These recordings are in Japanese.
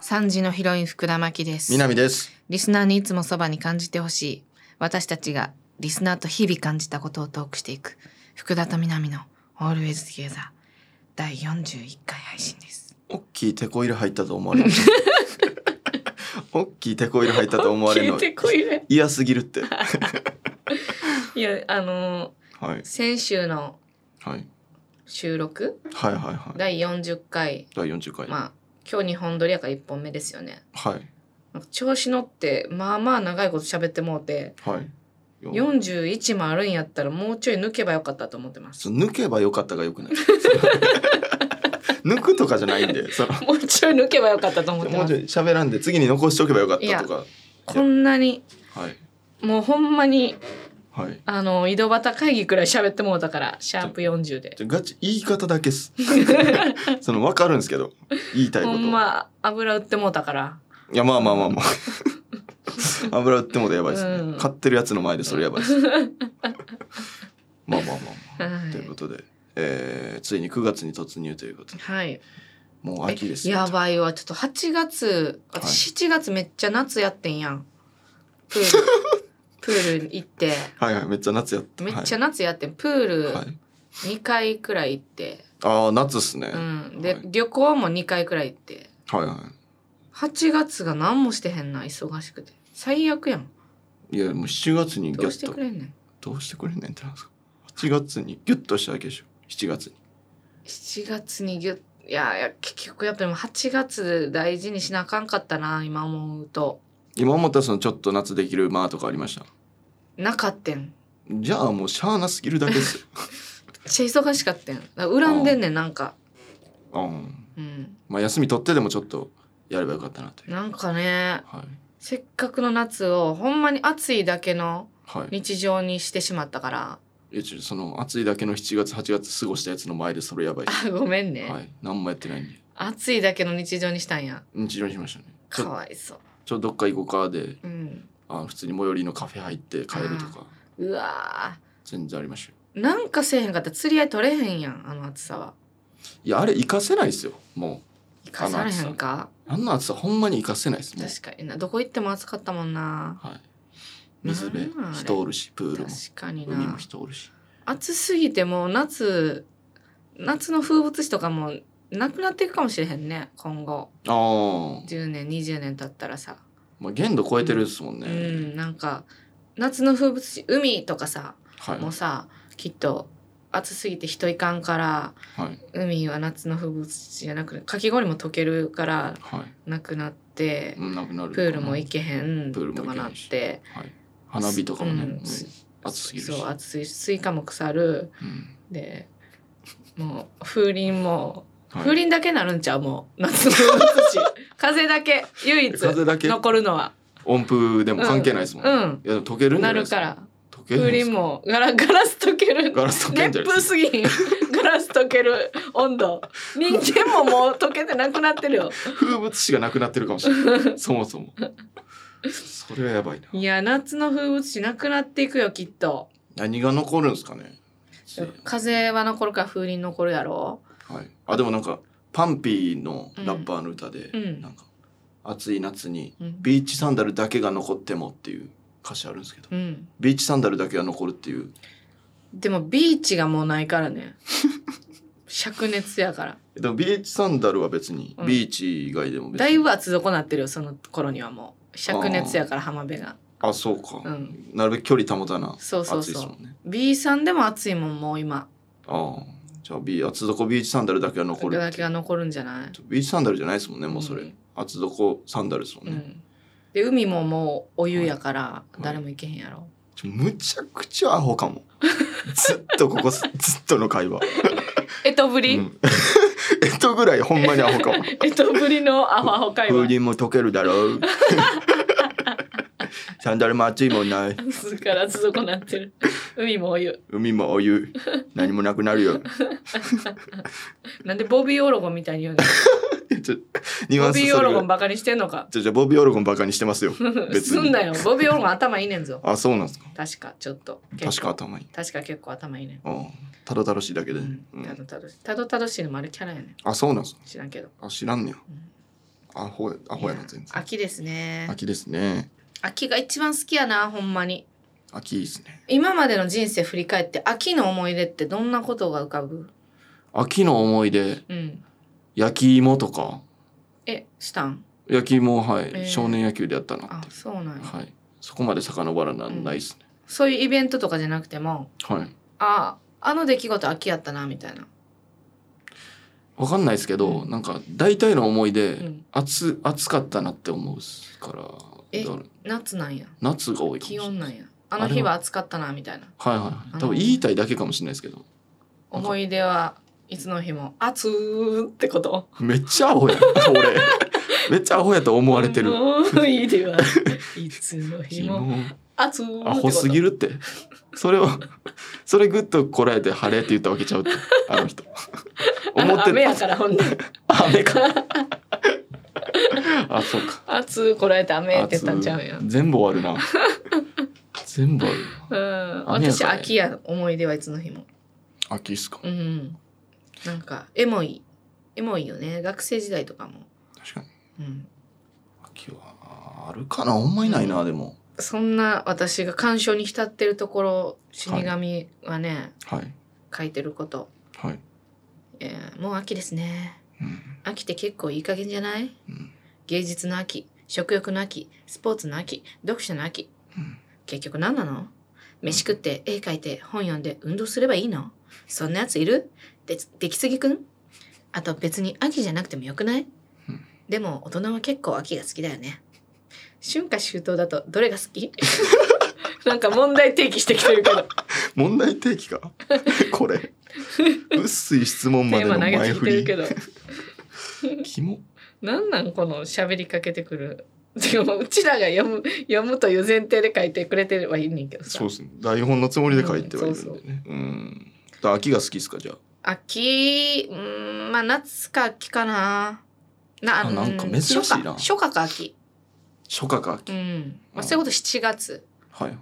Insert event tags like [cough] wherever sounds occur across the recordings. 三時のヒロイン福田真希です。南です。リスナーにいつもそばに感じてほしい。私たちがリスナーと日々感じたことをトークしていく。福田と南の Always Together 第41回配信です。おっきいテコ入れ入ったと思われる。おっきいテコ入れ入ったと思われるの。こいれ。嫌すぎ [laughs] るって。いや、あのはー、い先週のはい収録はいはいはい。第40回、第四十回。まあ、今日日本撮りやから1本目ですよね。はいなんか調子乗って、まあまあ長いこと喋ってもうて、はい。よ41もあるんやったらもうちょい抜けばよかったと思ってますそ。の抜けばよかったがよくない。 [laughs] 抜くとかじゃないんで、その [laughs] もうちょい抜けばよかったと思ってもうまちょす。い喋らんで次に残しておけばよかったとか。こんなに、はいもうほんまに、はい。あの、井戸端会議くらい喋ってもうたから、シャープ40で。じゃあガチ言い方だけ [laughs] っす。そのわかるんですけど、言いたいこほと。んま、油売ってもうたから。いやまあまあま [laughs] あまあ油売ってもでやばいですね、うん買ってるやつの前でそれやばい [laughs] ですまあまあまあまあ、はいということで、えー、ついに9月に突入ということではい。もう秋ですえよやばいわ。ちょっと8月、私7月めっちゃ夏やってんやん。プー [laughs] ル、プール行って。はいはいめっちゃ夏やっためっちゃゃ、夏やってん。プーはいルはい2回くらい行って。ああ夏っすね、うん。で、はい旅行も2回くらい行って。はいは8月が何もしてへんな、忙しくて。最悪やん。いいやもう7月にギどュうしッてとくれんねん。どうしてくれんねんってなんですか8月にギュッとしただけでしょ7月に7月にぎゅいやいや結局やっぱりもう8月大事にしなあかんかったな今思うと今思ったらそのちょっと夏できる間とかありましたなかってんめっじゃあもうしゃあなすぎるだけです [laughs] よ、ちゃ忙しかったんだから恨んでんねんなんかうんうんまあ、休み取ってでもちょっとやればよかったなという。なんかねはい。せっかくの夏をほんまに暑いだけのはい。日常にしてしまったから [laughs] え、ちょ、その暑いだけの7月、8月過ごしたやつの前でそれやばい。あごめんね、はい。何もやってないんで。暑いだけの日常にしたんや日常にしましたね。ちかょ、わいそうちょどっか行こうかで、うんあ、普通に最寄りのカフェ入って帰るとか、うわ全然ありましたよ。ーなんかせえへんかったら釣り合い取れへんやんあの暑さはいや、あれ、活かせないですよ。も生かされへんかう。あんな暑さ、ほんまに活かせないです。もう。確かになどこ行っても暑かったもんなはい。水辺なんなんあ、れ人おるし、プール確も、かに海もな人おるし。暑すぎてもう夏夏の風物詩とかもなくなっていくかもしれへんね今後ああ、 10年20年経ったらさ、まあ、限度超えてるですもんね。うんなんか夏の風物詩海とかさはい。もうさきっと暑すぎて人いかんからはい。海は夏の風物詩じゃなくかき氷も溶けるからはい。なくなってうんなくなるかな。プールも行けへんプールともか行けなへっ。んしてはい、花火とかもね、うんうん暑すぎるしそう暑いしスイカも腐るうんでもう風鈴も、はい風鈴だけなるんちゃうもう夏の風物詩 [laughs] 風だけ唯一風だけ残るのは音符でも関係ないですもん、うんいやでも溶けるんじなゃないでるすかから溶けるん風です鈴もガラガラス溶けるガラス溶けんじゃ熱ない風ですすぎんガ [laughs] ラス溶ける温度人間ももう溶けてなくなって [laughs] るよか風物詩がなくなってるかもしれ [laughs] ないそもそもそれはやばいないや夏の風物詩なくなっていくよきっと何が残るんですかね風は残るから風鈴残るやろはい、あでもなんかパンピーのラッパーの歌で、うんなんか暑い夏にうん、ビーチサンダルだけが残ってもっていう歌詞あるんですけどうん、ビーチサンダルだけが残るっていうでもビーチがもうないから [laughs] ね灼熱やからでもビーチサンダルは別に、うんビーチ以外でも別にだいぶ厚底なってるよその頃にはもう灼熱やから浜辺があそうか、うんなるべく距離保たなそうそう暑いでそすうもんね B さんでも暑いもんもう今ああじゃあビー厚底ビーチサンダルだけは残こるれだけが残るんじゃないビーチサンダルじゃないですもんねもうそれ、うん厚底サンダルですもんうね、んで海ももうお湯やからい誰も行けへんやろちょむちゃくちゃアホかも [laughs] ずっとここずっとの会 [laughs] 話、えとぶうりん、 [laughs] えっとぐらいほんまにア [laughs] ホかもえとぶりのアホアホ会風話鈴も溶けるだろう [laughs] サンダルも暑いもんないずから厚底なってる海もお湯海もお湯何もなくなるよ [laughs] なんでボビーオロゴンみたいに言うのちょニュアボンスビーそオれロぐらゴいンバカにしてんのかじゃじゃボビーオロゴンバカにして [laughs] ますよ別すんになよボビーオロゴン頭いいねんぞあそうなんですか確かちょっと確結か構頭いい確か結構頭いいねんああたどたどしいだけうで、んうんたどたどしたどたどしいのもあるキャラやねあそうなんすか知らんけど、あ知らんねやうんアホやアホやな全い然秋ですね秋ですね秋が一番好きやなほんまに秋いいですね今までの人生振り返って秋の思い出ってどんなことが浮かぶ秋の思い出うん焼き芋とかえしたん焼き芋ははい、えー少年野球でやったなっあていうそうなんや、はいそこまで遡らなうんないですね、そういうイベントとかじゃなくてもはいああの出来事秋やったなみたいな、わかんないですけど、うんなんか大体の思い出、うん、暑暑かったなって思うっすからえだから夏なんや夏が多いかも気しれない温なんやあの日は暑かったなみたいなはいはいはあいの多分言いたいだけかもしれないですけどなんか思い出はいつの日も暑ーってことめっちゃアホ [laughs] やん俺めっちゃアホやと思われてる思い出はいつの日 [laughs] も暑ーってことアホすぎるるってそれをそれぐっとこらえて晴れって言ったわけちゃうってあの人あ思のって雨やからほ [laughs] んで [laughs] 雨かあそうか暑こらえて雨って言ったんちゃうんや暑い全部終わるな全部あるう、なん雨や私からね秋や思い出はいつの日も秋っすかうんなんかエモいエモいよね学生時代とかも、確かにうん、秋はあるかなあんまりないなでもそんな私が感傷に浸ってるところ死神はね、はい書いてること、はい、えーもう秋ですねうん秋って結構いい加減じゃないうん芸術の秋食欲の秋スポーツの秋読書の秋うん結局何なの飯食って絵描いて本読んで運動すればいいのそんなやついるでできすぎくんあと別に秋じゃなくてもよくないうんでも大人は結構秋が好きだよね春夏秋冬だとどれが好き [laughs] なんか問題提起してきてるけ [laughs] ど問題提 [laughs] 起かこれ薄い質問まテでーマの投げ前てき振てるりけどキモなんなんこの喋りかけてくる。 [laughs] てかもううちらが読む読むという前提で書いてくれてればいいねんけどさそう。ですね台本のつもりで書いてはいるんでねうんだから秋が好きですかじゃ秋、うーん、まあ夏か秋かな。なあなんか珍しいな初夏初夏か秋。あ初夏かう秋、ん。まうんあそういうこと7月。はい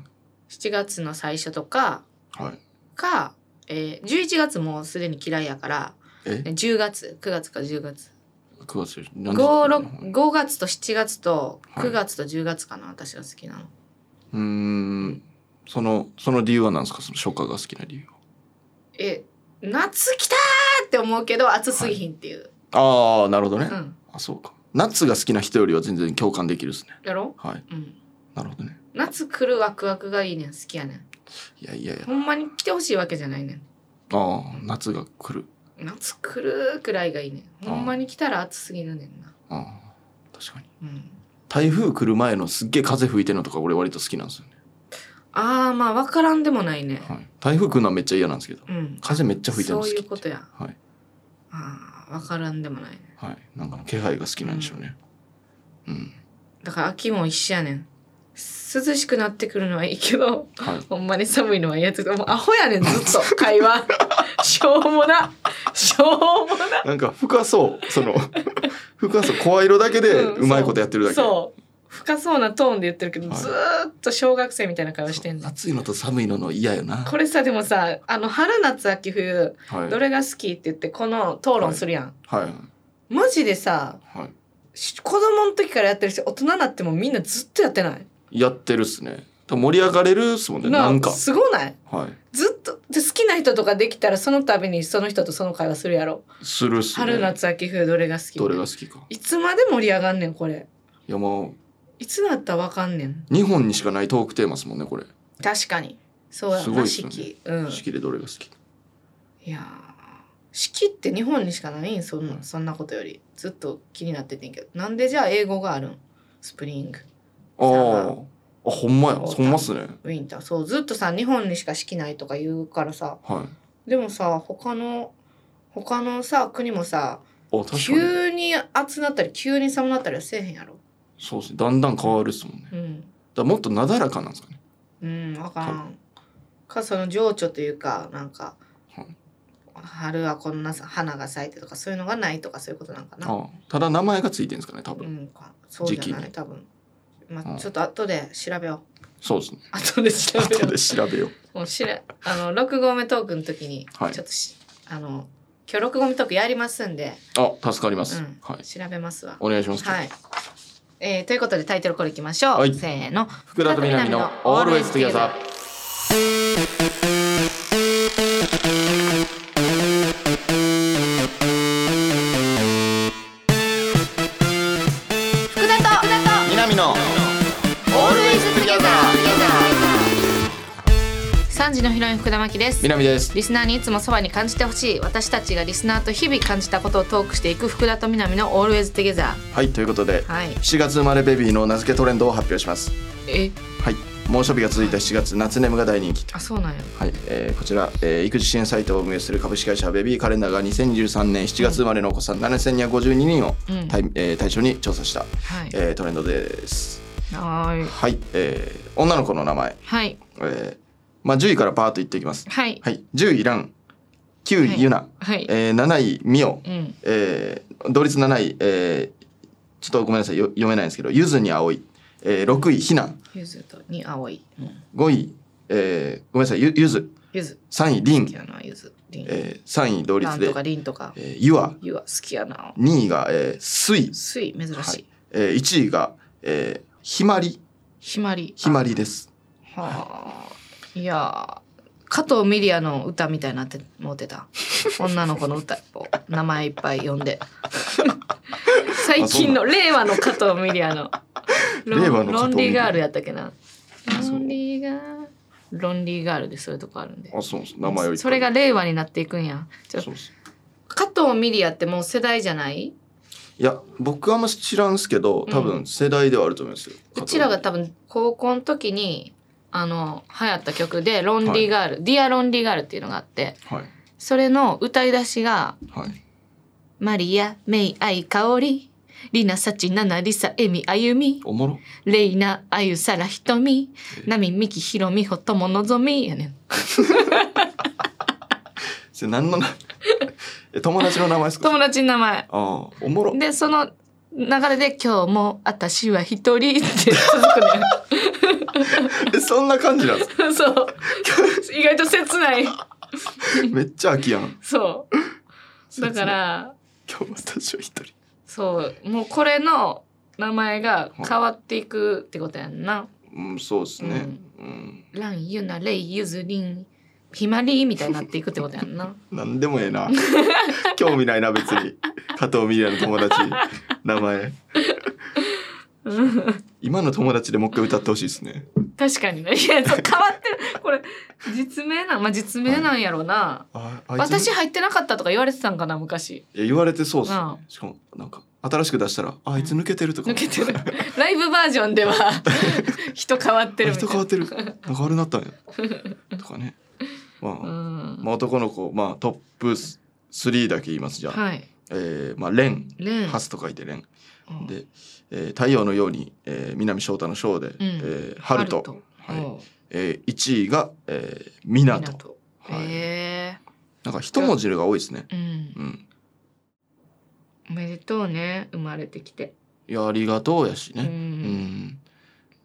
7月の最初とか、はいか、えー、11月もうすでに嫌いやから、え10月、9月か10月。 9月5、何時6 5月と7月とはい9月と10月かな、私が好きなの。うーんそのその理由は何ですかその初夏が好きな理由え、夏来たーって思うけど暑すぎひんっていう。はああなるほどね、うん。あそうか夏が好きな人よりは全然共感できるですねやろはいうん。なるほどね夏来るワクワクがいいねん。好きやねん。いやいやいやほんまに来てほしいわけじゃないねん。ああ夏が来る夏来るくらいがいいねん。ほんまに来たら暑すぎるねんな。ああ確かにうん。台風来る前のすっげえ風吹いてるのとか俺割と好きなんですよね、あー、まあ分からんでもないね。はい、台風来るのはめっちゃ嫌なんですけどうん。風めっちゃ吹いてるのそ好うきいうことや。はいあー、分からんでもないね。はいなんかの気配が好きなんでしょうねうん、だから秋も一緒やねん。涼しくなってくるのはいいけど、はいほんまに寒いのは嫌ってもうアホやねん、ずっと。会 [laughs] 話。しょうもな。しょうもな。なんか深そうその [laughs] 深そう声色だけでうんうまいことやってるだけ、そう深そうなトーンで言ってるけど、はいずーっと小学生みたいな会話してんの暑いのと寒いのの嫌よなこれさでもさあの春夏秋冬はいどれが好きって言ってこの討論するやん、はいはいマジでさはいし子供の時からやってるし大人になってもみんなずっとやってないやってるっすね多分盛り上がれるっすもんねあなんかすごないはいずっとで好きな人とかできたらその度にその人とその会話するやろ、するっすね春夏秋冬どれが好きどれが好きかいつまで盛り上がんねんこれいやもいつなったらわかんねんう日本にしかないトークテーマっすもんねこれ確かにそうやすごいなっす四よね季、うん式、でどれが好きいやー四季って日本にしかないんそんうんなそんなことよりずっと気になっててんけどなんでじゃあ英語があるんスプリングあサああほんまやオータムほんまっすねウィンターそうずっとさ日本にしか四季ないとか言うからさはいでもさ他の他のさ国もさあ確かに急に暑なったり急に寒なったりはせえへんやろそうっすねだんだん変わるっすもんねだかうんらもっとなだらかなんですかねうん分からんかその情緒というかなんかはい春はこんなさ花が咲いてとかそういうのがないとかそういうことなんかなああただ名前がついてるんですかね多う分んかそうじゃ時期ないに多分、まうあ、んちょっと後で調べよそうですね。 [laughs] 後で調べ後よで調べよう。う。もうしらあの六合目トークの時にちょはいっとし、あの今日六合目トークやりますんで、あ、助かりまうす。ん、はい。調べますわ。お願いします。はい。えー、ということでタイトルコールいきましょう。はいせーの。福田と南の Always Together。福田と福田と南の Always Together。三時のヒロイン福田真希です。南です。リスナーにいつもそばに感じてほしい私たちがリスナーと日々感じたことをトークしていく福田と南の Always Together はい、ということで、はい7月生まれベビーの名付けトレンドを発表します。えはい。猛暑日が続いた7月、夏ネムが大人気と。あそうなんやはい、えーこちら、えー育児支援サイトを運営する株式会社ベビーカレンダーが2023年7月生まれのお子さん7252人をうん対,、えー対象に調査した、はいえートレンドです。はーいはい、えー女の子の名前、はいえーまあ、10位からパーッといっていきます。はいはい、10位ラン、9位ユナ、はいえー7位ミオ、うんえー同率7位、えーちょっとごめんなさいよ読めないんですけどゆずに葵、えー6位ひなゆずとに青いうん5位、えーごめんなさいゆゆずゆず3位り好きん、やなゆずりんえー3位同ラ率ンでとか、りんとかえーゆわゆは好きやな2位が、えー、すい、すい珍はしいいえー、1位が、えー、ひまりひまりひまりですあはあいやー加藤ミリアの歌みたいになって思ってた女の子の歌を名前いっぱい呼ん [laughs] で最近の令和の加藤ミリアのロン令和の加藤ミリロンリーアガールやったっけなロンリーガールロンリーガールでそういうとこあるんであそうです名前をいっぱいそれが令和になっていくんやちょそうです加藤ミリアってもう世代じゃないいや僕はあんま知らんすけど多分世代ではあると思いますよ、うちらが多分分高校の時にあの流行った曲で「ロンリーガール」ディア・ロンリーガール」っていうのがあってはいそれの歌い出しがはい「マリア・メイ・アイ・カオリ」「リナ・サチ・ナナ・リサ・エミ・アユミ」おもろ「レイナ・アユ・サラ・ヒトミ」「えナミ・ミキ・ヒロミ・ホトモ・ノゾミ」やねんそ [laughs] れ何のなえ友達の名前ですか友達の名前ああお [laughs] もろでその流れで「今日も私は一人」って続くねんえそんな感じなんです [laughs] かそう意外と切ない [laughs] めっちゃ秋やんそうだから今日私は一人そうもうこれの名前が変わっていくってことやんなうんそうですねうん、 「ランユナレイユズリンひまり」みたいになっていくってことやんななんでもええな [laughs] 興味ないな別に加藤ミリアの友達名前今の友達でもう一回歌ってほしいですね [laughs] 確かにねいや [laughs] そう変わってるこれ実名なんまあ実名なんやろうな、ああいつ私入ってなかったとか言われてたんかな昔いや言われてそうっすね、うんしかもなんか新しく出したらああいつ抜けてるとか抜けて [laughs] るライブバージョンでは人変わってあるみた人いな変わっ [laughs] てるなんか悪なったんやとかねまあ、うん、まあ、男の子、まあ、トップス3だけ言いますじゃあ、はいえーまあ、レンレンハスと書いてレンうんで、えー太陽のように、えー南翔太の翔で、えー春とハルはいおうえー、1位が、えー、港港はいへえなんか一文字が多いですねうんうんおめでとうね生まれてきて、いやありがとうやしうねうん、ん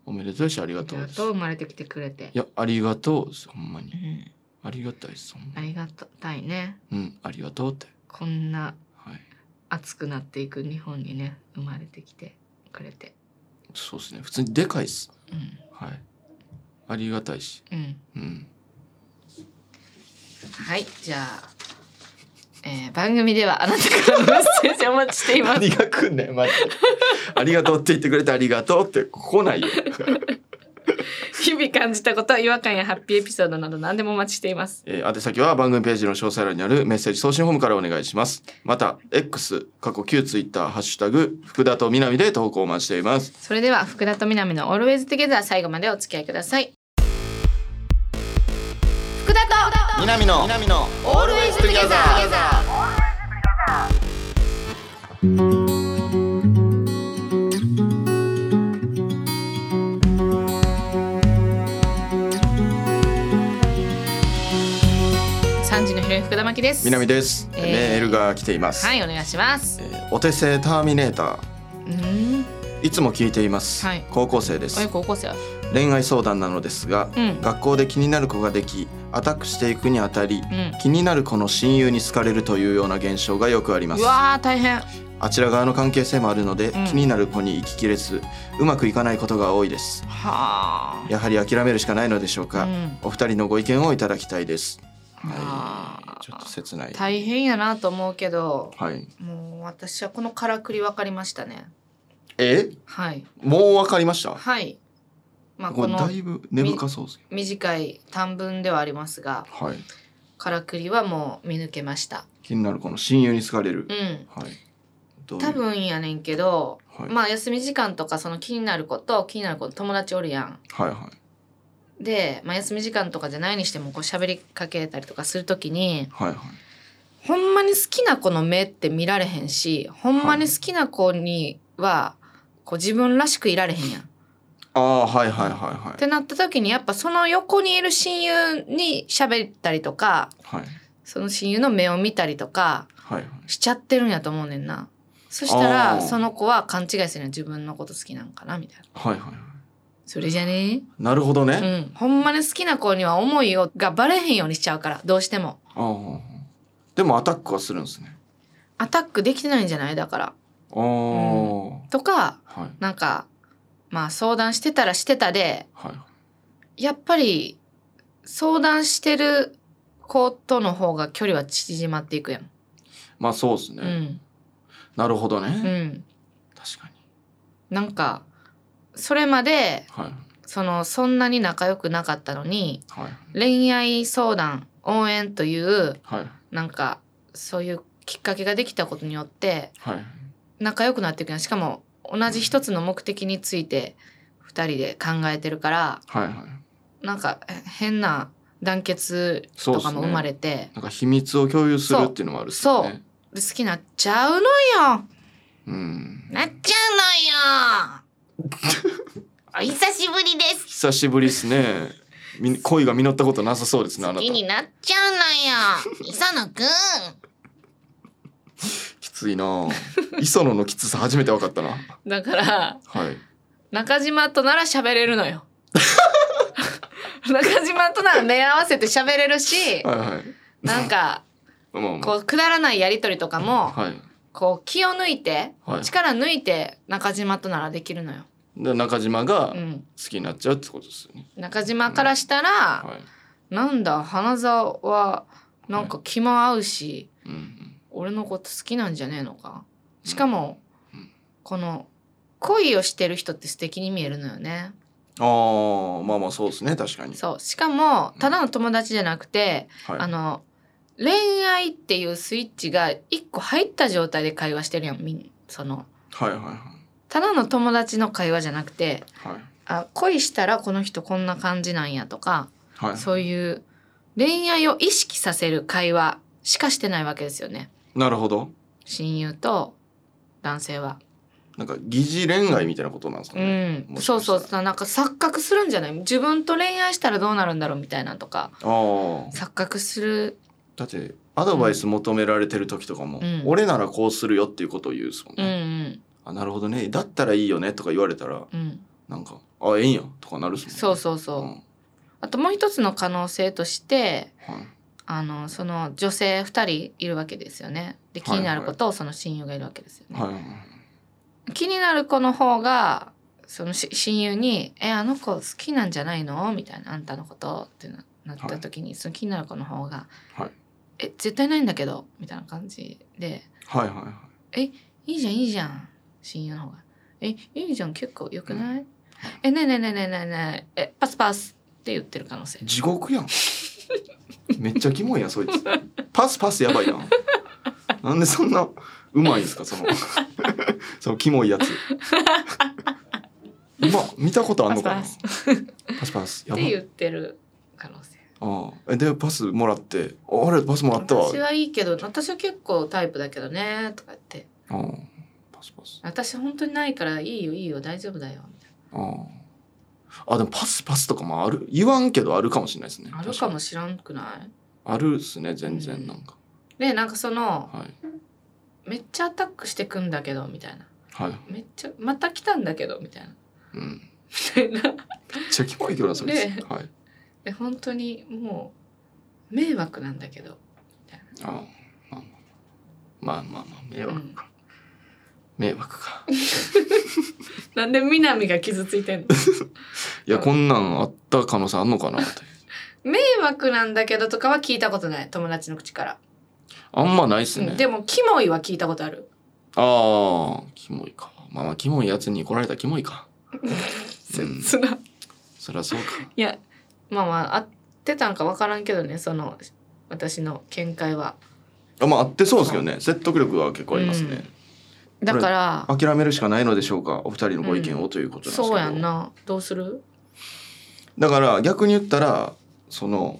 おめでとうやしありあがりとうがですとう生まれてきてくれていやありがとうですほんまにうんありがたいですほんまあにりがたいねうんありがとうってこんなはい熱くなっていく日本にね生まれてきてくれてそうですね普通にでかいっすうんはいありがたいしうんうんはいじゃあ、えー番組ではあなたからのメッセージをお待ちしています何が来んねんマジでありがとうって言ってくれてありがとうって来な [laughs] いよ日々感じたこと違和感やハッピーエピソードなど何でもお待ちしていますえー、宛先は番組ページの詳細欄にあるメッセージ送信フォームからお願いします。また、X、過去旧 Twitter、ハッシュタグ、福田と南で投稿を待ちしています。それでは福田と南の Always Together 最後までお付き合いください福田と南の、南の、 Always Together 三時のヒロイン福田真希です南です、えーメールが来ています。はいお願いしますえーお手製ターミネーター、うんいつも聞いています。はい高校生ですあ。高校生はリ恋愛相談なのですが、うん学校で気になる子ができアタックしていくにあたうりん気になる子の親友に好かれるというような現象がよくありますうわー大変あちら側の関係性もあるので、うん気になる子に行ききれずうまくいかないことが多いですはやはり諦めるしかないのでしょうか、うんお二人のご意見をいただきたいですあはい、ちょっと切ないー大変やなと思うけどはいもう私はこのからくり分かりましたねえはいもうわかりましたはいまあここれのだいぶ根深そうですけ短い短文ではありますがどはいからくりはもう見抜けました気になる子の親友に好かれるう、んはいどういう多分やねんけど、はい、まあ休み時間とかその気になること気になること友達おるやんはいはで、まあ、休み時間とかじゃないにしてもこう喋りかけたりとかするときにいはいはいほんまに好きな子の目って見られへんしほんまに好きな子にはこう自分らしくいられへんやん。っああはいはいはいはてなった時にやっぱその横にいる親友に喋ったりとかいはいその親友の目を見たりとかはいはいしちゃってるんやと思うねんな。そしたらあーその子は勘違いするの自分のこと好きなんかなみたいな。はいはいそれじゃねーなるほどうね、ん、ほんまに好きな子には思いをがバレへんようにしちゃうからどうしてもああでもアタックはするんですねアタックできてないんじゃないだからああ、んとかはいなんかまあ相談してたらしてたではいやっぱり相談してる子との方が距離は縮まっていくやん、まあそうですね、うんなるほどね、うん、確かになんかそれまではいそのそんなに仲良くなかったのにはい恋愛相談応援というはいなんかそういうきっかけができたことによってはい仲良くなっていくやんしかも同じ一つの目的について2人で考えてるからはいはいなんかえ変な団結そうとっすかねも生まれてなんか秘密を共有するっていうのもあるっすよねで、好きになっちゃうのようんなっちゃ [laughs] うのよお久しぶりです久しぶりですねみ恋が実ったことなさそうですね好あなたきになっちゃうのよ磯野くんきついなあ磯野のきつさ初めて分かったなだからはい中島となら喋れるの [laughs] よ中島となら目合わせて喋れるしはいはいなんかまあまあまこうくだらないやり取りとかも、あはいこう気を抜いて、はい力抜いて中島とならできるのよ。で中島がう好ん、きになっちゃうってことですよね、中島からしたら、はいなんだ花沢はなんか気も合うし、うんうん俺のこと好きなんじゃねえのか。しかも、うんこの恋をしてる人って素敵に見えるのよね。ああまあまあそうですね確かにそうしかもただの友達じゃなくて、はいあの恋愛っていうスイッチが一個入った状態で会話してるやんみんそのはいはいはただの友達の会話じゃなくていはいあ恋したらこの人こんな感じなんやとかはいそういう恋愛を意識させる会話しかしてないわけですよねなるほど親友と男性は。なんか疑似恋愛みたいなことなんですかうね、ん、もしそかうしたらそうそうなんか錯覚するんじゃない自分と恋愛したらどうなるんだろうみたいなとかああ錯覚するだってアドバイス求められてる時とかも、うん俺ならこうするよっていうことを言うんですもんうんうね、んあなるほどねだったらいいよねとか言われたらうんなんかあええんやとかなるっすもんねそうそうそう、んあともう一つの可能性としてはいあのその女性2人いるわけですよねで気になることをその親友がいるわけですよね、はいはい気になる子の方がそのし親友に「えあの子好きなんじゃないの?」みたいな「あんたのこと」ってななった時に、その気になる子の方が「はいえ絶対ないんだけど」みたいな感じではいはいはい「いいじゃんいいじゃん」親友の方が「えいいじゃん結構よくないえねえねえねえねえねえねええパスパス」って言ってる可能性地獄やん [laughs] めっちゃキモいやんそいつパスパスやばいやんなんでそんなうまいんですかその [laughs] そのキモ [laughs] いやつうま見たことあんのかなパパススパスやっばてい言ってる可能性ああえでパスもらってああれパスもらったわ私はいいけど私は結構タイプだけどねとか言ってああパスパス私本当にないからいいよいいよ大丈夫だよみたいあああでもパスパスとかもある言わんけどあるかもしれないですねなある確かにもしらんくないあるっすね全う然んなんか、でなんかそのはいめっちゃアタックしてくんだけどみたいなはいめっちゃまた来たんだけどみたいな [laughs] うんみたいなめっちゃキモいけどなそれ、ねはいで本当にもう迷惑なんだけど、ああまあまあまあまあまあ迷う惑、ん、迷惑かなんで南が傷つい [laughs] てんのいやこんなんあった可能性あんのかなって迷惑なんだけどとかは聞いたことない友達の口から、あんまないっすうね、ん、でもキモいは聞いたことあるああキモいかまあまあキモいやつに来られたらキモいかうん切なそりゃそうか [laughs] いやまあまあ合ってたんか分からんけどねその私の見解はあまああってそうですけどね説得力は結構ありますね、だから諦めるしかないのでしょうかお二人のご意見をということなんですけど、そうやんなどうするだから逆に言ったらその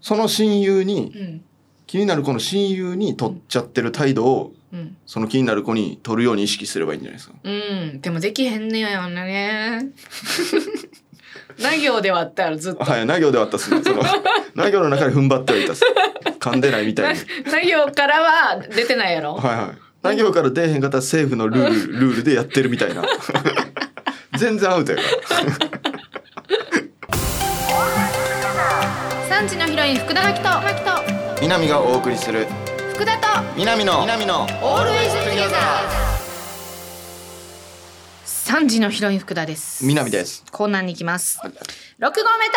その親友にうん気になる子の親友に取っちゃってる態度をうんその気になる子に取るように意識すればいいんじゃない [laughs] ですかうんでもできへんねやんなね [laughs] な行ではあったやろずっとはい、な行ではあったっすね。そ [laughs] の、な行の中で踏ん張ってはいたっす。噛んでないみ [laughs] たいに。な行からは出てないやろはいはい。な行から出えへんかったら政府のルール、ルールでやってるみたい [laughs] な。全然アウトやから。産地のヒロイン福田巻と南がお送りする、福田と南の、南の、オールウェイズトゥギャザー三時のヒロイン福田です南です。コーナーに行きますはい六合目ト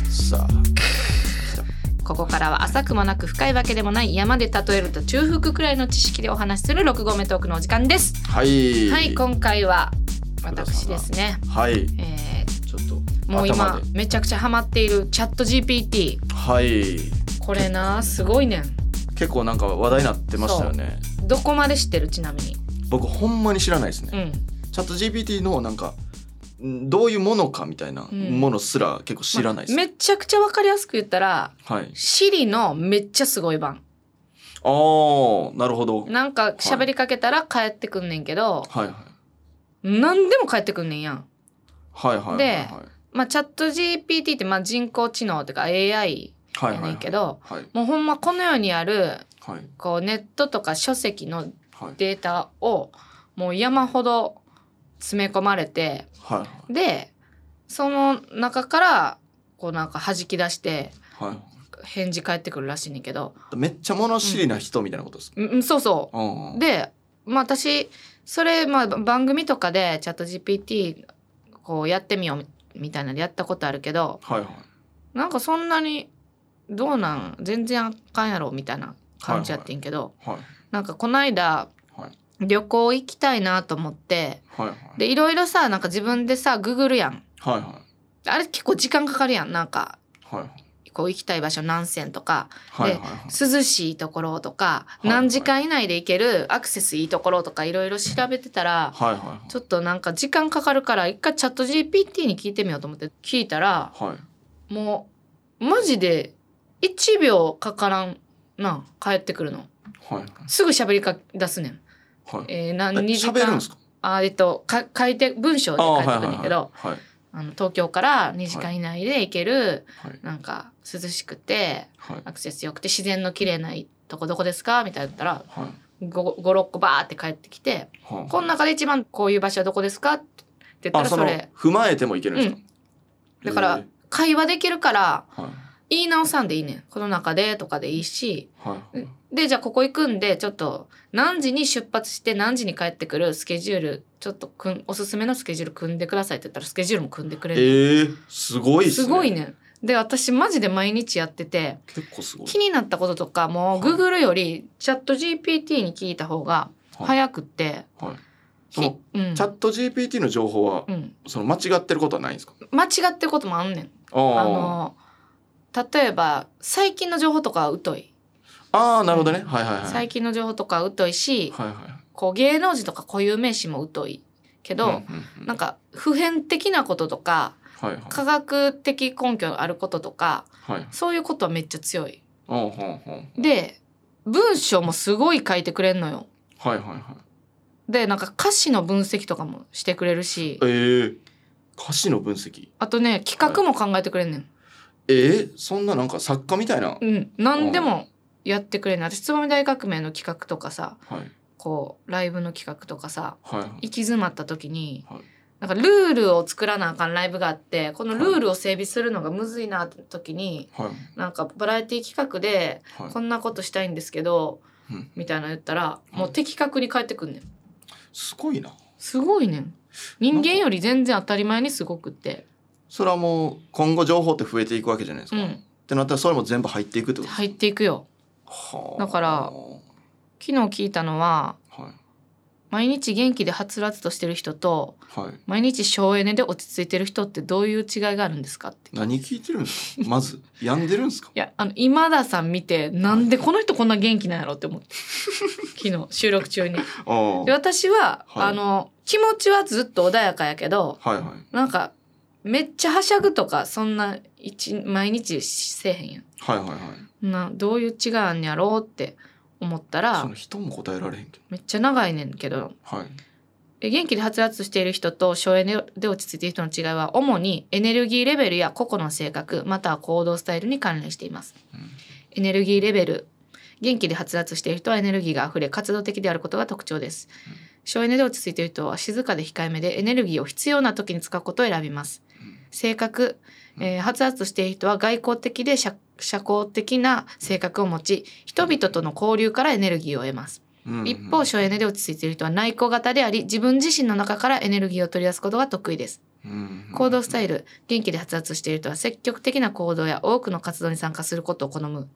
ークさあ、ここからは浅くもなく深いわけでもない山で例えると中腹くらいの知識でお話しする六合目トークのお時間ですはい。はい今回は福田私さんがですねはい。えちょっーと、もう頭今で。めちゃくちゃハマっているチャット GPT はい。これなすごいねん結構なんか話題になってましたよね。どこまで知ってるちなみに僕、ほんまに知らないですね。うんチャット GPT のなんか、んどういうものかみたいなうんものすら結構知らないです、まあめちゃくちゃわかりやすく言ったらはい。 Siri のめっちゃすごい版ああ、なるほど。なんか喋りかけたら帰ってくんねんけど、はいはい。なんでも帰ってくんねんやんはいはいはいはい。でまあチャット GPT ってまあ人工知能とか AI はいやはいはねいんけどはいもうほんまこの世にあるはいこうネットとか書籍のはいデータをもう山ほど詰め込まれてはいでその中からこうなんか弾き出してはいは返事返ってくるらしいねんけど、い。めっちゃ物知りな人みたいなことですか。うんうん、そうそううんうんで、まあ、私それ、まあ、ば番組とかでチャット GPT こうやってみようみみたいなのやったことあるけどはいはい。なんかそんなにどうなん全然あかんやろみたいな感じやってんけど、はいなんかこの間はい旅行行きたいなと思ってはいはい。でいろいろさなんか自分でさググるやんはいはあれ結構時間かかるやんなんかいはいこう行きたい場所何選とかはいはいはい。涼しいところとかいはい何時間以内で行けるアクセスいいところとかいろいろ調べてたらはいはいちょっとなんか時間かかるから一回チャット GPT に聞いてみようと思って聞いたらはい。はい。もうマジで1秒かからんな帰ってくるのはいすぐ喋りか出すねん。はい。はい。えー、なえ2時喋るん間ですか。あえっとか書いて文章でああ書はいいてくるはいんだけどあ、はいはいの東京から2時間以内で行ける、はいなんか涼しくてはいアクセス良くて自然の綺麗なとこどこですかみたいなの言ったらはい56個バーって帰ってきてはこの中で一番こういう場所はどこですかって言ったあらそそのれ踏まえてもいけるんですか。だからえ会話できるからーはい言い直さんでいいねんこの中でとかでいいしはいはいでじゃあここ行くんでちょっと何時に出発して何時に帰ってくるスケジュールちょっとくんおすすめのスケジュール組んでくださいって言ったらスケジュールも組んでくれる、えーすごいっすすね。ごい。ねんで私マジで毎日やってて結構すごい。気になったこととかもうグーグルよりチャット GPT に聞いた方が早くって、はい。そのうんチャット GPT の情報はうん、その間違ってることはないんですか。間違ってることもあんねんあーあの例えば最近の情報とかは疎いああなるほどね。はいはいはい。最近の情報とかは疎いし、はいはこう芸能人とか固有名詞も疎いけい。ど、うんうんなんか普遍的なこととかはいはい。科学的根拠のあることとかはい。そういうことはめっちゃ強い。うんうんうん。で文章もすごい書いてくれんのよ。はいはいはい。でなんか歌詞の分析とかもしてくれるしええ歌詞の分析。あとね企画も考えてくれんねん。ええそんななんか作家みたいな。はい。うん、何でもやってくれんねん。私つばみ大革命の企画とかさはいこうライブの企画とかさはい。行き詰まった時に、はいなんかルールを作らなあかんライブがあってこのルールを整備するのがむずいなって時に、はいなんかバラエティ企画ではいこんなことしたいんですけど、うんみたいなの言ったらもう的確に返ってくんねんすごいなすごいねん人間より全然当たり前にすごくってそれはもう今後情報って増えていくわけじゃないですうか、っんてなったらそれも全部入っていくってこと入っていくよはあだからは昨日聞いたのはい毎日元気ではつらつとしてる人とはい毎日省エネで落ち着いてる人ってどういう違いがあるんですかってい何聞いてるんですか [laughs] まず病んでるんですかやあの今田さん見てなんでこの人こんな元気なんやろって [laughs] 思って昨日収録中にああで私は、はいあの気持ちはずっと穏やかやけどはいはいなんかめっちゃはしゃぐとかそんな一毎日せえへんやんはいはいはいなどういう違いあんやろうって思ったそらの人も答えられへんけどめっちゃ長いねんけどはいえ元気ではつらつとしている人と省エネで落ち着いている人の違いは主にエネルギーレベルや個々の性格または行動スタイルに関連していますうんエネルギーレベル元気ではつらつしている人はエネルギーがあふれ活動的であることが特徴ですうん省エネで落ち着いている人は静かで控えめでエネルギーを必要な時に使うことを選びますうん性格、えー、はつらつとしている人は外交的で社社交的な性格を持ち人々との交流からエネルギーを得ますうんうん一方省エネで落ち着いている人は内向型であり自分自身の中からエネルギーを取り出すことが得意ですうん行動スタイル元気で発達している人は積極的な行動や多くの活動に参加することを好むうん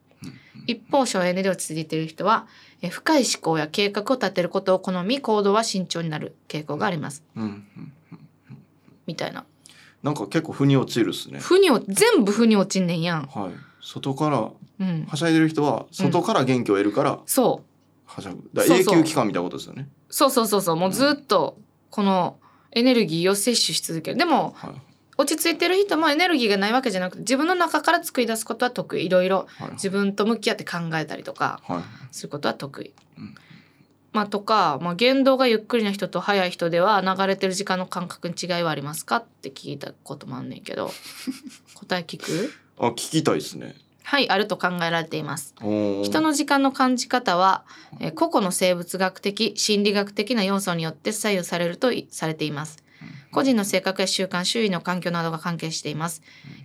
一方省エネで落ち着いている人はえ深い思考や計画を立てることを好み行動は慎重になる傾向がありますうんうんみたいななんか結構腑に落ちるっすね負に落全部負に落ちんねんやんはい外からうんはしゃいでる人は外から元気を得るからそうはしゃぐだかそらう永そう久期間みたいなことですよねそうそうそうそうもうずっとこのエネルギーを摂取し続けるでもはい落ち着いてる人もエネルギーがないわけじゃなくて自分の中から作り出すことは得意いろいろはい自分と向き合って考えたりとかはいすることは得意。うんまあ、とか、まあ、言動がゆっくりな人と速い人では流れてる時間の感覚に違いはありますかって聞いたこともあんねん [laughs] けど答え聞くあ聞きたいですねはいあると考えられています。人人の時間の感じ方は、えー個々の生物学的心理学的な要素によって左右されるといされています。個人の性格や習慣周囲の環境などが関係しています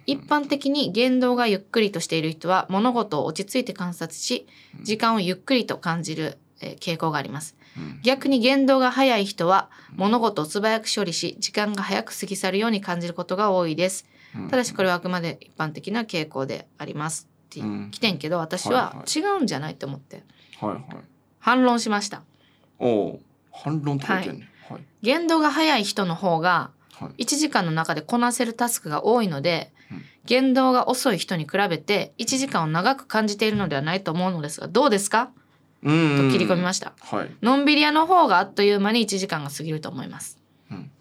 一般的に言動がゆっくりとしている人は物事を落ち着いて観察し時間をゆっくりと感じるえー傾向があります逆に言動が早い人は物事を素早く処理し時間が早く過ぎ去るように感じることが多いですただしこれはあくまで一般的な傾向でありますってうん来てんけど私はいははい違うんじゃないと思ってはいはい反論しましたおお反論とかいけんねはい言動が早い人の方がはい1時間の中でこなせるタスクが多いので、うん言動が遅い人に比べて1時間を長く感じているのではないと思うのですがどうですかうとん切り込みました、はいのんびり屋の方があっという間に1時間が過ぎると思いますうん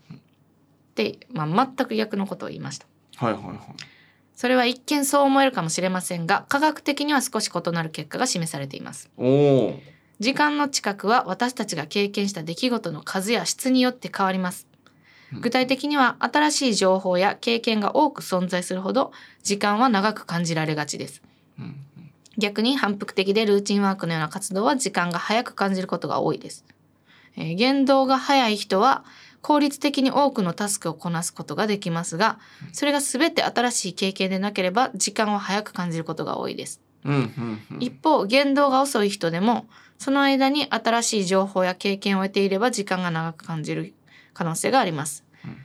で、まあ、全く逆のことを言いましたはいはいはいそれは一見そう思えるかもしれませんが科学的には少し異なる結果が示されていますおお時間の近くは私たちが経験した出来事の数や質によって変わりますうん具体的には新しい情報や経験が多く存在するほど時間は長く感じられがちですうん逆に反復的でルーチンワークのような活動は時間が早く感じることが多いです、えー言動が早い人は効率的に多くのタスクをこなすことができますがそれが全て新しい経験でなければ時間を早く感じることが多いですうんうんうん一方言動が遅い人でもその間に新しい情報や経験を得ていれば時間が長く感じる可能性がありますうん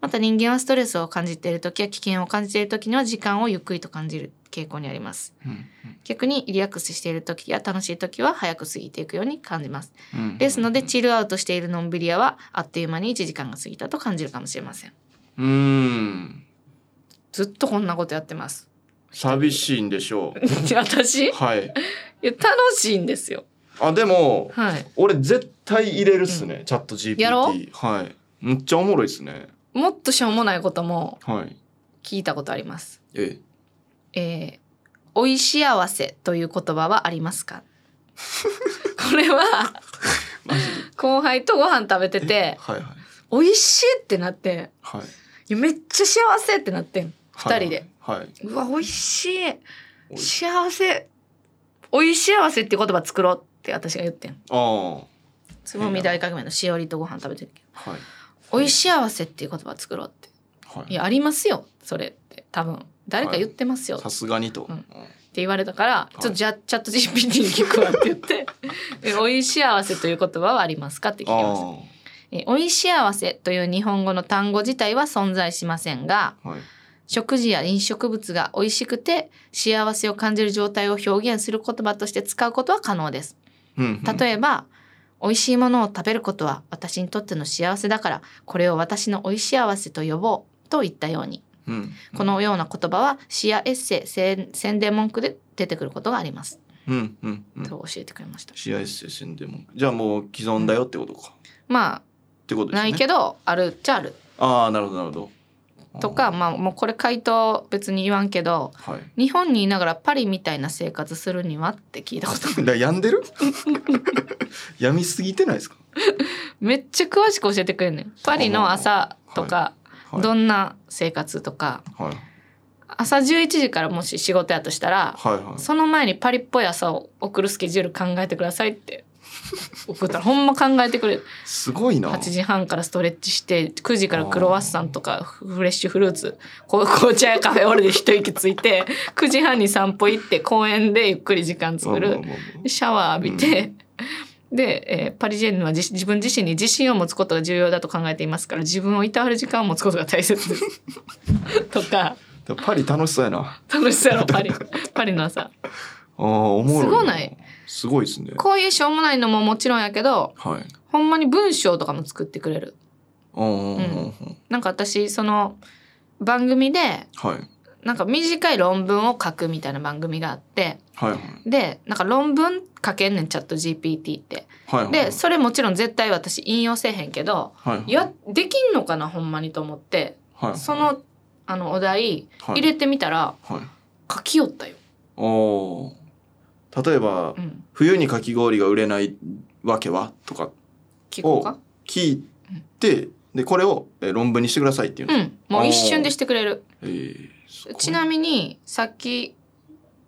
また人間はストレスを感じている時や危険を感じている時には時間をゆっくりと感じる傾向にありますうん逆にリラックスしている時や楽しい時は早く過ぎていくように感じますうんですのでチルアウトしているのんびり屋はあっという間に1時間が過ぎたと感じるかもしれませんうーんずっとこんなことやってます [laughs] 寂しいんでしょう私いはいや楽しいんですよあでもはい俺絶対入れるっすねチャットやろ GPT はいめっちゃおもろいっすねもっとしょうもないこともはい聞いたことありますええー、おい幸せという言葉はありますか [laughs] これはマジで後輩とご飯食べてえ [laughs] てはいはい「おいしい!」ってなってはいいやめっちゃ幸せってなってんは二い人ではい「うわおいしいおい幸せおい幸せ」って言葉作ろうって私が言ってんああつぼみ大革命のしおりとご飯食べてるけどはい追い幸せっていう言葉作ろうって。はいいや、ありますよ、それって。多分。誰か言ってますよっさすがにと、ううんんて言われたから、いちょっとじゃあチャット GPT に聞くわって言 [laughs] って、え追い幸せという言葉はありますかって聞きあました。え追い幸せという日本語の単語自体は存在しませんが、あはい食事や飲食物が美味しくて幸せを感じる状態を表現する言葉として使うことは可能です。うんうん例えば、美味しいものを食べることは私にとっての幸せだから、これを私の美味幸せと呼ぼうといったように、うんこのような言葉は詩やエッセイ、宣宣伝文句で出てくることがあります。うんうんうんと教えてくれました。試合数戦でもじゃあもう既存だよってことか、っまてことあ、ですねないけど、あるっちゃある。ああなるほどなるほどとか、まあ、もうこれ回答別に言わんけど、あーはい日本にいながらパリみたいな生活するにはって聞いたこと [laughs] [laughs] だから病んでる病みすぎてないですか、めっちゃ詳しく教えてくれんねんパリの朝とか、はい、どんな生活とかはい朝11時からもし仕事やとしたら、はいはいその前にパリっぽい朝を送るスケジュール考えてくださいって送ったらほんま考えてくれるすごいな8時半からストレッチして9時からクロワッサンとかフレッシュフルーツこ [laughs] う紅茶やカフェオレで一息ついて9時半に散歩行って公園でゆっくり時間作るまあまあまあまあシャワー浴びて、で、えーパリジェンヌは自自分自身に自信を持つことが重要だと考えていますから自分をいたわる時間を持つことが大切ですとかだからパリ楽しそうやなあ楽しそうやろパリパリの朝ーおもろいすごないすごいですねこういうしょうもないのももちろんやけどはいほんまに文章とかも作ってくれるうんうんうんうんなんか私その番組ではいなんか短い論文を書くみたいな番組があってはいはいでなんか論文書けんねんチャット GPT ってはいはいでそれもちろん絶対私引用せえへんけどはいはいやできんのかなほんまにと思ってはいはいそのあのお題はい入れてみたらはい書きよったよ、おー例えばうん、冬にかき氷が売れないわけはとか聞こうか聞いてでこれをえー論文にしてくださいっていううの、んもう一瞬でしてくれるえーすごいちなみにさっき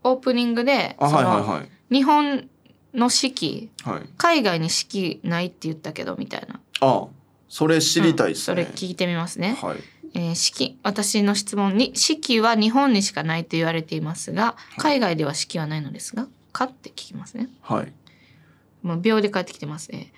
オープニングであその、はいはい日本の四季はいはい海外に四季ないって言ったけどみたいなあそれ知りたいですね、うんそれ聞いてみますね、はいえー四季私の質問に四季は日本にしかないと言われていますが海外では四季はないのですがかって聞きますねはいもう秒で帰ってきてますね、はい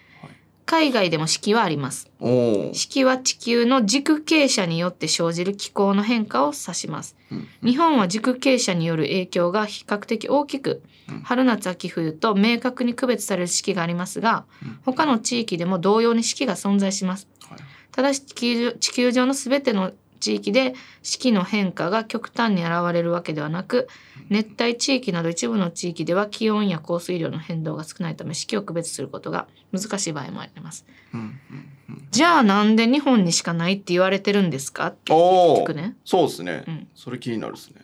海外でも四季はありますおお四季は地球の軸傾斜によって生じる気候の変化を指します日本は軸傾斜による影響が比較的大きくうん春夏秋冬と明確に区別される四季がありますがうん他の地域でも同様に四季が存在しますはいただし地球地球上の全ての地域で四季の変化が極端に現れるわけではなく熱帯地域など一部の地域では気温や降水量の変動が少ないため四季を区別することが難しい場合もありますうんうんうんじゃあなんで日本にしかないって言われてるんですかってお聞おくね。そうですね、うんそれ気になるですね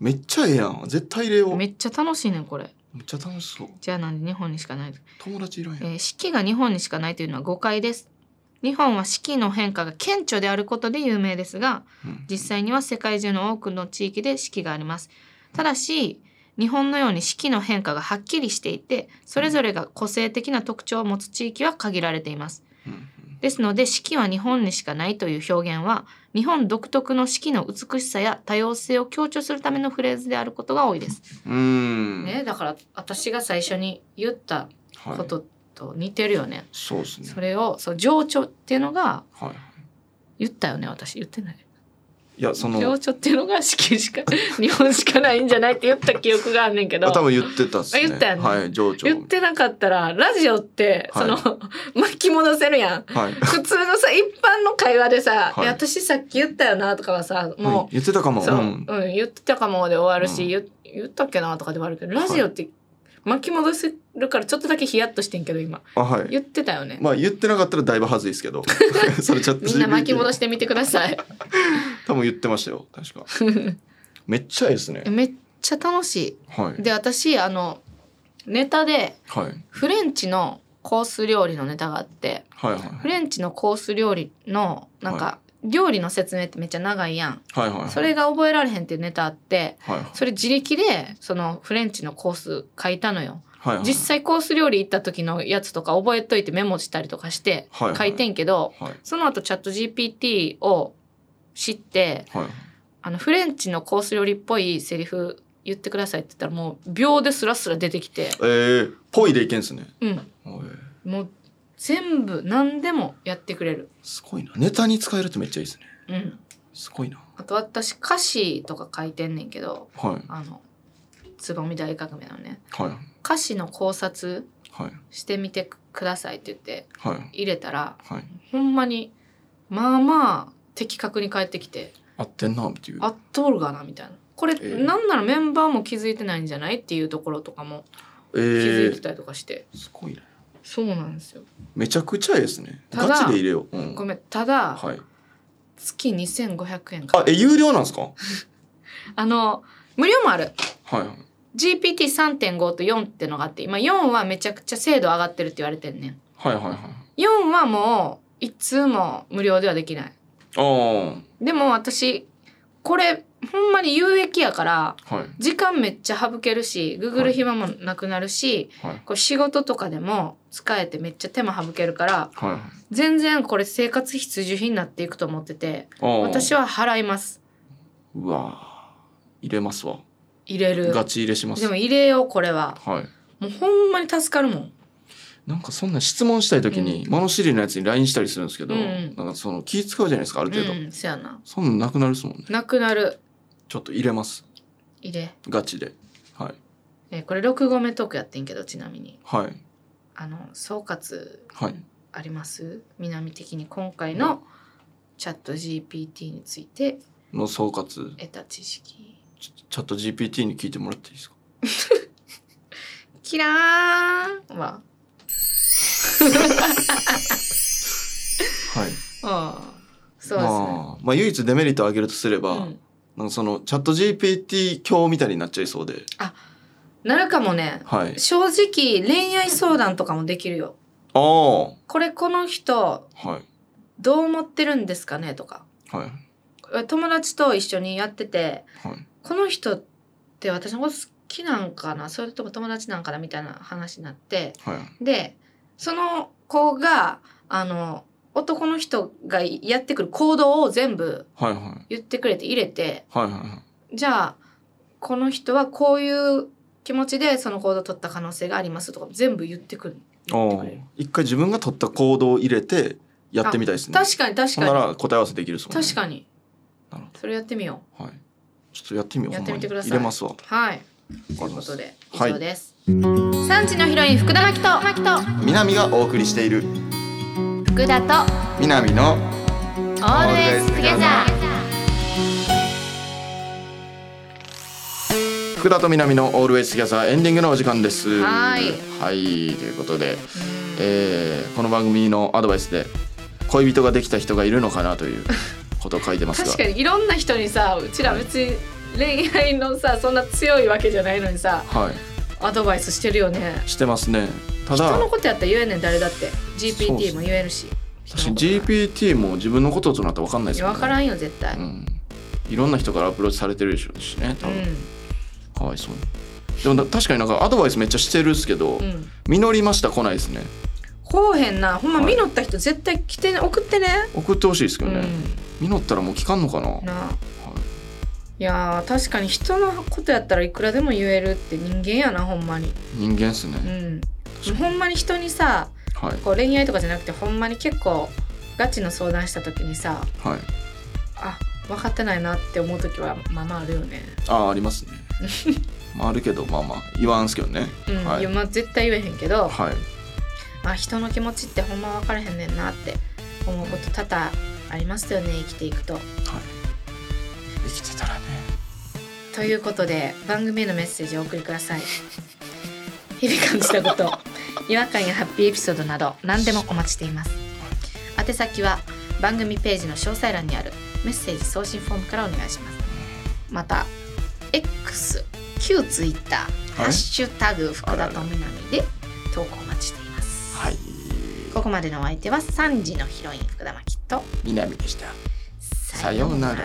めっちゃええやん絶対入れようめめっっちゃ楽しいねんこれ。ちゃ楽しそうじゃあなんで日本にしかない、友達いらんえやんー四季が日本にしかないというのは誤解です。日本は四季の変化が顕著であることで有名ですが、うん実際には世界中の多くの地域で四季があります。ただし、日本のように四季の変化がはっきりしていて、それぞれが個性的な特徴を持つ地域は限られています。うんですので四季は日本にしかないという表現は日本独特の四季の美しさや多様性を強調するためのフレーズであることが多いです。うんうんね、だから私が最初に言ったはいことと似てるよね。そうですねそれをそう情緒っていうのがはい言ったよね私言ってない。いやその情緒っていうのが四季しか日本しかないんじゃないって言った記憶があんねんけどあ。多分言ってたっすねあ言ったよねはい情緒言ってなかったらラジオってその、 [laughs] 巻き戻せるやん。はい普通のさ一般の会話でさ、はいいや私さっき言ったよなとかはさもう、はい言ってたかもそう、ううんん、言ってたかもで終わるし、うん言言ったっけなとかで終わるけど、ラジオって巻き戻せるからちょっとだけヒヤッとしてんけど今、あはい言ってたよね。まあ言ってなかったらだいぶはずいですけ [laughs] どそれちょっとみんな巻き戻ししてみてください。多分言ってましたよ [laughs] 確かめっちゃいいですねめっちゃ楽しはいい。で、私、あの、ネタで、はいフレンチのコース料理のネタがあって、はいはいフレンチのコース料理の、なんか、料理の説明ってめっちゃ長いやん。はいはいそれが覚えられへんっていうネタあって、はいはいそれ自力で、そのフレンチのコース書いたのよ。はいはい実際コース料理行った時のやつとか覚えといてメモしたりとかしてはいはい書いてんけど、はいその後チャット GPT を知ってはいあのフレンチのコース料理っぽいセリフ言ってくださいって言ったらもう秒ですらすら出てきてえー、ぽいでいけんすねうんおいもう全部何でもやってくれるすごいなネタに使えるってめっちゃいいですねうんすごいなあと私歌詞とか書いてんねんけどはいあのつぼみ大革命のねはい歌詞の考察はいしてみてくださいって言ってはい入れたらはいほんまにまあまあ的確に返ってきて合ってんなっていうあっとるがなみたいなこれ、ええなんならメンバーも気づいてないんじゃないっていうところとかもえ気づいてー、たりとかして、すごいねそうなんですよめちゃくちゃいいですねただガチで入れよう、うん、ごめんただ、はい月2500円かあえ有料なんですかあの無料もあるはいはい GPT3.5 と4ってのがあって今4はめちゃくちゃ精度上がってるって言われてんねんはいはいはい4はもういつも無料ではできないあでも私これほんまに有益やからあはい時間めっちゃ省けるしググはるい暇もなくなるし、はいこう仕事とかでも使えてめっちゃ手間省けるからはいはい全然これ生活必需品になっていくと思っててああ私は払いますうわー入れますわ入れるガチ入れしますでも入れようこれははいもうほんまに助かるもんなんかそんな質問したい時に、マノシリのやつに LINE したりするんですけど、うんうんなんかその気使うじゃないですかある程度、うんそやなそんなんなくなるっすもんねなくなるちょっと入れます入れ、ガチではいえーこれ6合目トークやってんけどちなみにはいあの総括はいあります南的に今回のチャット GPT についての総括得た知識ちょチャット GPT に聞いてもらっていいですかキラーンははいああそうですねまあ、まあ唯一デメリットを挙げるとすれば、うん、なんかそのチャット GPT 教みたいになっちゃいそうでなるかもねはい正直恋愛相談とかもできるよああはこれこの人いはいどう思ってるんですかねとかはい友達と一緒にやっててはいこの人って私のこと好きなんかなそれとも友達なんかなみたいな話になってはいでその子があの男の人がやってくる行動を全部はいはい言ってくれて入れてはいはじゃあこの人はこういう気持ちでその行動を取った可能性がありますとか全部言ってくるいはくれいるああ一回自分が取った行動を入れてやってみたいですね確かに確そんなかにら答え合わせできるそう確かになるほそれやってみよに、はい、ちょっとやってみようやってみてほんまくだにさい入れますわうはいとということで以はい上です、産地のヒロイン福田真希と南がお送りしている福田と南のオールエストゥギャザー福田と南のオールウェイスギャザーエンディングのお時間ですはいはいということで、えーこの番組のアドバイスで恋人ができた人がいるのかな [laughs] ということを書いてますが確かにいろんな人にさうちら別に恋愛のさそんな強いわけじゃないのにさはアドバイスしてるよねいしてますねた人だのことやったら言えんねん誰だってそうそ GPT うも言えるし確かに GPT も自分のこととなったら分かんないですいよやね分からんよ絶対う、うんん、いろんな人からアプローチされてるでしょうしね多分、かわいそうにでもな確かになんかアドバイスめっちゃしてるっすけど、うん、実りました来ないですねこうへんなほんまはい実った人絶対来てね送ってね送ってほしいですけうどね、ん実ったらもう聞かんのかな、はい、なあいやー確かに人のことやったらいくらでも言えるって人間やなほんまに人間っすうね、んほんまに人にさはいこう恋愛とかじゃなくてほんまに結構ガチの相談した時にさはいあ分かってないなって思う時はまあまああるよね、あああ [laughs] りますねまああるけどまあまあ言わんすけどねうんはいいやまあ、絶対言えへんけど、はいまあ、人の気持ちってほんま分からへんねんなって思うこと多々ありますよね生きていくと。はい生きてたらねということで番組へのメッセージをお送りください。 [laughs] 日々感じたこと違和感やハッピーエピソードなど何でもお待ちしています。宛先は番組ページの詳細欄にあるメッセージ送信フォームからお願いします。また X 旧 Twitter ハッシュタグ福田と南で投稿お待ちしています。はいここまでのお相手は3時のヒロイン福田真希と南でしたささようなら